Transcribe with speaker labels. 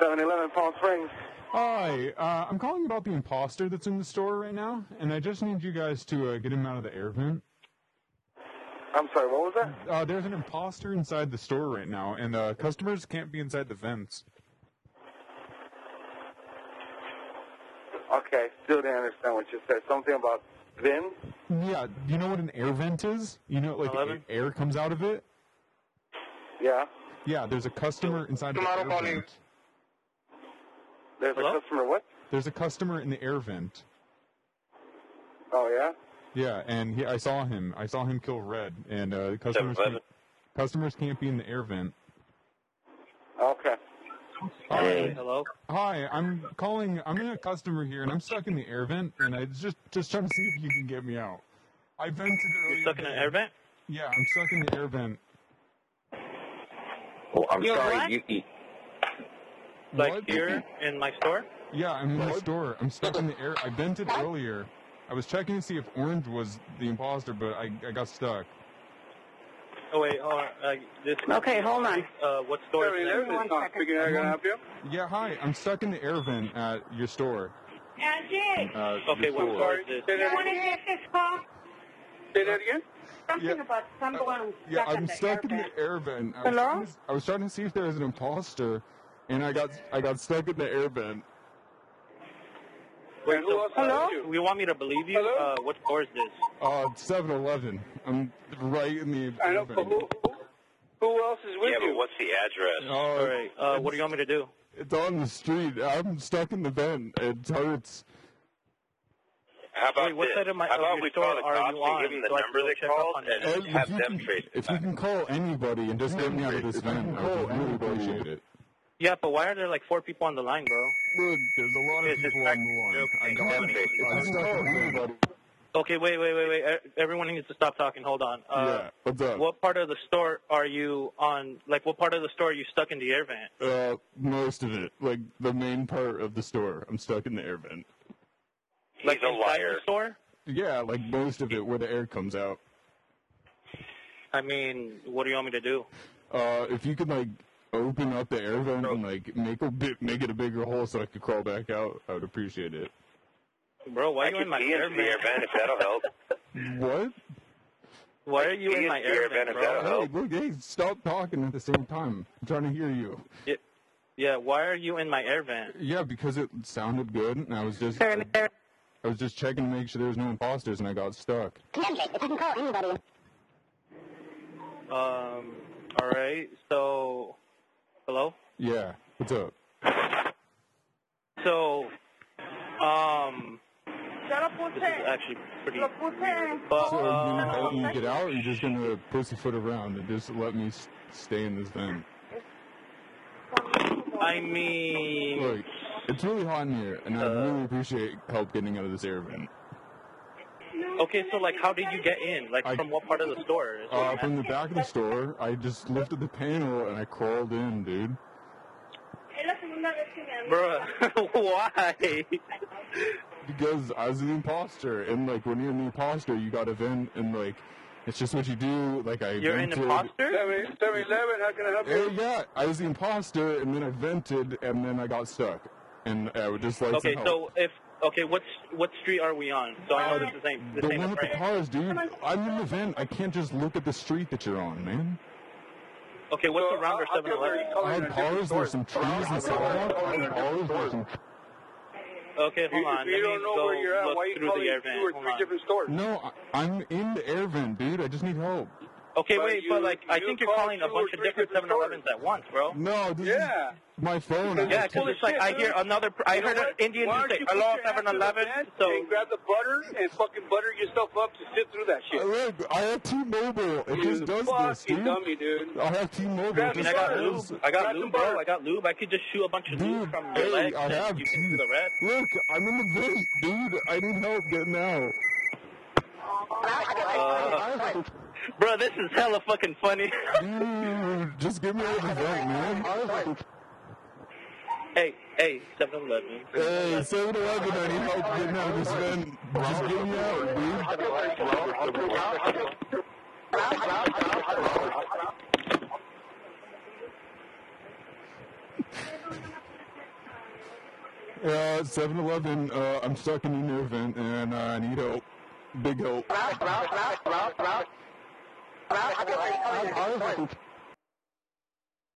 Speaker 1: 7-Eleven Palm Springs.
Speaker 2: Hi, uh, I'm calling about the imposter that's in the store right now, and I just need you guys to uh, get him out of the air vent.
Speaker 1: I'm sorry, what was that?
Speaker 2: Uh, there's an imposter inside the store right now, and uh, customers can't be inside the vents.
Speaker 1: Okay, still didn't understand what you said. Something about VIN?
Speaker 2: Yeah, do you know what an air vent is? You know, like
Speaker 1: Eleven?
Speaker 2: a- air comes out of it.
Speaker 1: Yeah.
Speaker 2: Yeah, there's a customer inside of the
Speaker 3: Tomorrow
Speaker 2: air
Speaker 3: morning.
Speaker 2: vent.
Speaker 1: There's
Speaker 3: Hello?
Speaker 1: a customer what?
Speaker 2: There's a customer in the air vent.
Speaker 1: Oh, yeah?
Speaker 2: Yeah, and he, I saw him. I saw him kill Red, and uh, the customers can't,
Speaker 3: 7-Eleven.
Speaker 2: customers can't be in the air vent.
Speaker 1: Okay.
Speaker 2: Hi,
Speaker 3: Hello?
Speaker 2: hi, I'm calling. I'm in a customer here, and I'm stuck in the air vent, and I just just trying to see if you can get me out. I vented earlier.
Speaker 3: You're stuck in an
Speaker 2: today.
Speaker 3: air vent?
Speaker 2: Yeah, I'm stuck in the air vent.
Speaker 4: Oh, I'm
Speaker 3: You're
Speaker 4: sorry.
Speaker 3: what?
Speaker 4: You, you,
Speaker 3: Like
Speaker 2: What?
Speaker 3: here in my store?
Speaker 2: Yeah, I'm in the store. I'm stuck in the air. I vented earlier. I was checking to see if Orange was the imposter, but I, I got stuck.
Speaker 3: Oh, wait, hold on. Uh, this,
Speaker 5: Okay, hold on.
Speaker 3: uh, what store is this?
Speaker 5: One second.
Speaker 1: Speaking, I can help you?
Speaker 2: Yeah, hi. I'm stuck in the air vent at your store.
Speaker 5: Angie,
Speaker 2: Uh,
Speaker 3: Okay,
Speaker 2: your
Speaker 3: what
Speaker 2: store.
Speaker 3: store is this?
Speaker 1: Say
Speaker 5: you
Speaker 1: that
Speaker 5: want to
Speaker 1: again?
Speaker 5: get this call?
Speaker 1: Say that again?
Speaker 5: Something
Speaker 2: Yeah.
Speaker 5: about someone
Speaker 2: Yeah,
Speaker 5: stuck in
Speaker 2: I'm
Speaker 5: the
Speaker 2: stuck in
Speaker 5: airbag.
Speaker 2: the air vent. I was,
Speaker 5: Hello?
Speaker 2: trying to, I was trying to see if there was an imposter, and I got I got stuck in the air vent.
Speaker 3: Wait,
Speaker 1: And who else
Speaker 3: uh,
Speaker 1: helped you?
Speaker 3: You want me to believe you?
Speaker 1: Hello?
Speaker 3: Uh, what store is this?
Speaker 2: Uh, 7-Eleven. I'm right in the
Speaker 1: I
Speaker 2: air
Speaker 1: know, but
Speaker 2: vent.
Speaker 1: who, who, who else is with you?
Speaker 4: what's the address?
Speaker 2: Oh,
Speaker 3: All right, uh, what do you want me to do?
Speaker 2: It's on the street. I'm stuck in the vent. uh, It hurts.
Speaker 4: How about
Speaker 3: Wait, what
Speaker 4: this?
Speaker 3: side of my-
Speaker 4: How
Speaker 3: of
Speaker 4: about
Speaker 3: your
Speaker 4: we
Speaker 3: store
Speaker 4: call the
Speaker 3: are
Speaker 4: cops
Speaker 3: you
Speaker 4: and
Speaker 3: on
Speaker 4: give them the
Speaker 3: so I can
Speaker 4: number
Speaker 3: go
Speaker 4: they
Speaker 3: check
Speaker 4: called
Speaker 3: up on
Speaker 4: and
Speaker 3: you?
Speaker 2: Ed, uh, if
Speaker 4: have
Speaker 2: you
Speaker 4: them
Speaker 2: can-
Speaker 4: trace it
Speaker 2: If you
Speaker 4: back?
Speaker 2: can call anybody and just get me out of this vent, I would really appreciate it.
Speaker 3: Yeah, but why are there like four people on the line, bro?
Speaker 2: Look, there's a lot of
Speaker 4: It's
Speaker 2: people
Speaker 4: just
Speaker 2: on the line. I
Speaker 4: like-
Speaker 2: got it. I'm stuck in the vent.
Speaker 3: Okay, wait, wait, wait, wait. E- Everyone needs to stop talking. Hold on.
Speaker 2: Yeah,
Speaker 3: Uh,
Speaker 2: what's up?
Speaker 3: What part of the store are you on? Like, what part of the store are you stuck in the air vent?
Speaker 2: Uh, most of it, like the main part of the store, I'm stuck in the air vent.
Speaker 3: Like
Speaker 4: He's a
Speaker 3: inside
Speaker 4: liar.
Speaker 3: The store?
Speaker 2: Yeah, like most of it, where the air comes out.
Speaker 3: I mean, what do you want me to do?
Speaker 2: Uh, if you could like open up the air vent and like make a bit, make it a bigger hole so I could crawl back out, I would appreciate it.
Speaker 3: Bro, why
Speaker 4: I
Speaker 3: are you
Speaker 4: can
Speaker 3: in my
Speaker 4: pee
Speaker 3: air
Speaker 4: into the air
Speaker 3: vent?
Speaker 4: vent if that'll help.
Speaker 2: What?
Speaker 3: Why are you
Speaker 4: Pee
Speaker 3: in
Speaker 4: into
Speaker 3: my
Speaker 4: the air
Speaker 3: air vent,
Speaker 4: vent if
Speaker 3: bro?
Speaker 4: that'll help.
Speaker 2: Hey, look, hey, stop talking at the same time. I'm trying to hear you.
Speaker 3: Yeah, why are you in my air vent?
Speaker 2: Yeah, because it sounded good, and I was just,
Speaker 5: Sir, Mr.
Speaker 2: I was just checking to make sure there was no imposters, and I got stuck.
Speaker 5: Angie, if I can call anybody.
Speaker 3: Um, all right. So, hello.
Speaker 2: Yeah, what's up?
Speaker 3: So, um,
Speaker 5: Zero
Speaker 3: this is actually pretty. But
Speaker 2: So are you gonna
Speaker 3: uh,
Speaker 2: let me get out, or are you just gonna pussyfoot around and just let me s- stay in this vent?
Speaker 3: I mean,
Speaker 2: Look, it's really hot in here, and I
Speaker 3: Uh,
Speaker 2: really appreciate help getting out of this air vent.
Speaker 3: okay. So, like, how did you get in? Like,
Speaker 2: I-
Speaker 3: from what part of the store? That's what
Speaker 2: Uh,
Speaker 3: I'm
Speaker 2: from the back of the store, I just lifted the panel and I crawled in, dude.
Speaker 3: asking. Bruh, why?
Speaker 2: Because I was an imposter, and like when you're an imposter, you got to vent, and like it's just what you do. Like I
Speaker 3: You're an
Speaker 2: vented.
Speaker 3: imposter.
Speaker 1: 7-Eleven, how can I help
Speaker 2: Eh,
Speaker 1: you?
Speaker 2: yeah, I was the imposter, and then I vented, and then I got stuck, and I would just like some
Speaker 3: Okay,
Speaker 2: help.
Speaker 3: so if okay, what what street are we on? So I know this is the same. The
Speaker 2: the
Speaker 3: same
Speaker 2: one
Speaker 3: as
Speaker 2: with the cars, dude. I'm in the vent. I can't just look at the street that you're on, man.
Speaker 3: Okay, what's
Speaker 1: So,
Speaker 3: around our
Speaker 1: how- how come
Speaker 3: 7-Eleven?
Speaker 1: they're
Speaker 2: I
Speaker 1: calling
Speaker 2: had
Speaker 1: a different
Speaker 2: cars.
Speaker 1: store?
Speaker 2: There's some trees and stuff. I had cars. There's some
Speaker 3: Okay, hold
Speaker 1: You,
Speaker 3: on.
Speaker 1: you
Speaker 3: Let
Speaker 1: don't
Speaker 3: me
Speaker 1: know
Speaker 3: go
Speaker 1: where you're at.
Speaker 3: look
Speaker 1: Why are you
Speaker 3: through
Speaker 1: calling
Speaker 3: the air
Speaker 1: two or
Speaker 3: vent. Hold
Speaker 1: three
Speaker 3: on.
Speaker 1: different stores?
Speaker 2: No, I, I'm in the air vent, dude. I just need help.
Speaker 3: Okay,
Speaker 1: But
Speaker 3: wait,
Speaker 1: you-
Speaker 3: but like, I
Speaker 1: you
Speaker 3: think you're
Speaker 1: called
Speaker 3: calling a
Speaker 1: two
Speaker 3: bunch
Speaker 1: or
Speaker 3: of
Speaker 1: three
Speaker 3: different
Speaker 1: different
Speaker 3: 7-Elevens
Speaker 1: stores.
Speaker 3: at once, bro.
Speaker 2: No, this
Speaker 1: Yeah.
Speaker 2: is my phone.
Speaker 3: Yeah, because it's like I hear another. Pr- I
Speaker 1: You know
Speaker 3: heard an
Speaker 1: what?
Speaker 3: Indian
Speaker 1: Why
Speaker 3: who
Speaker 1: don't
Speaker 3: say
Speaker 1: you put
Speaker 3: "Hello,
Speaker 1: your ass in the
Speaker 3: 7-Eleven,
Speaker 1: vent
Speaker 3: So
Speaker 1: and grab the butter and fucking butter yourself up to sit through that shit.
Speaker 2: Uh, Look, I have T-Mobile. It
Speaker 1: you
Speaker 2: just does this,
Speaker 1: fucking
Speaker 2: dude.
Speaker 1: dummy, dude.
Speaker 2: I have T-Mobile.
Speaker 1: Grab
Speaker 2: It
Speaker 3: I mean,
Speaker 2: just
Speaker 3: I got
Speaker 1: Grab
Speaker 2: does.
Speaker 3: lube. I got
Speaker 1: Grab
Speaker 3: lube,
Speaker 1: the
Speaker 3: bro.
Speaker 1: butter.
Speaker 3: I got lube. I could just shoot a bunch of lube
Speaker 2: Dude,
Speaker 3: from your
Speaker 2: hey,
Speaker 3: legs,
Speaker 2: I
Speaker 3: and
Speaker 2: have
Speaker 3: you can do the rest.
Speaker 2: Look, I'm in the vent, dude. I need help getting out.
Speaker 3: Uh, bro, this is hella fucking funny.
Speaker 2: Dude, just give me out of the vent, man.
Speaker 3: hey, hey, 7-Eleven.
Speaker 2: Hey, 7-Eleven, I need help getting out of this vent. Just give me out, dude. Uh, 7-Eleven, uh, I'm stuck in an air vent and uh, I need help. Big help.
Speaker 5: Ralph, Ralph, Ralph, Ralph, Ralph. Ralph, I feel like you're coming in.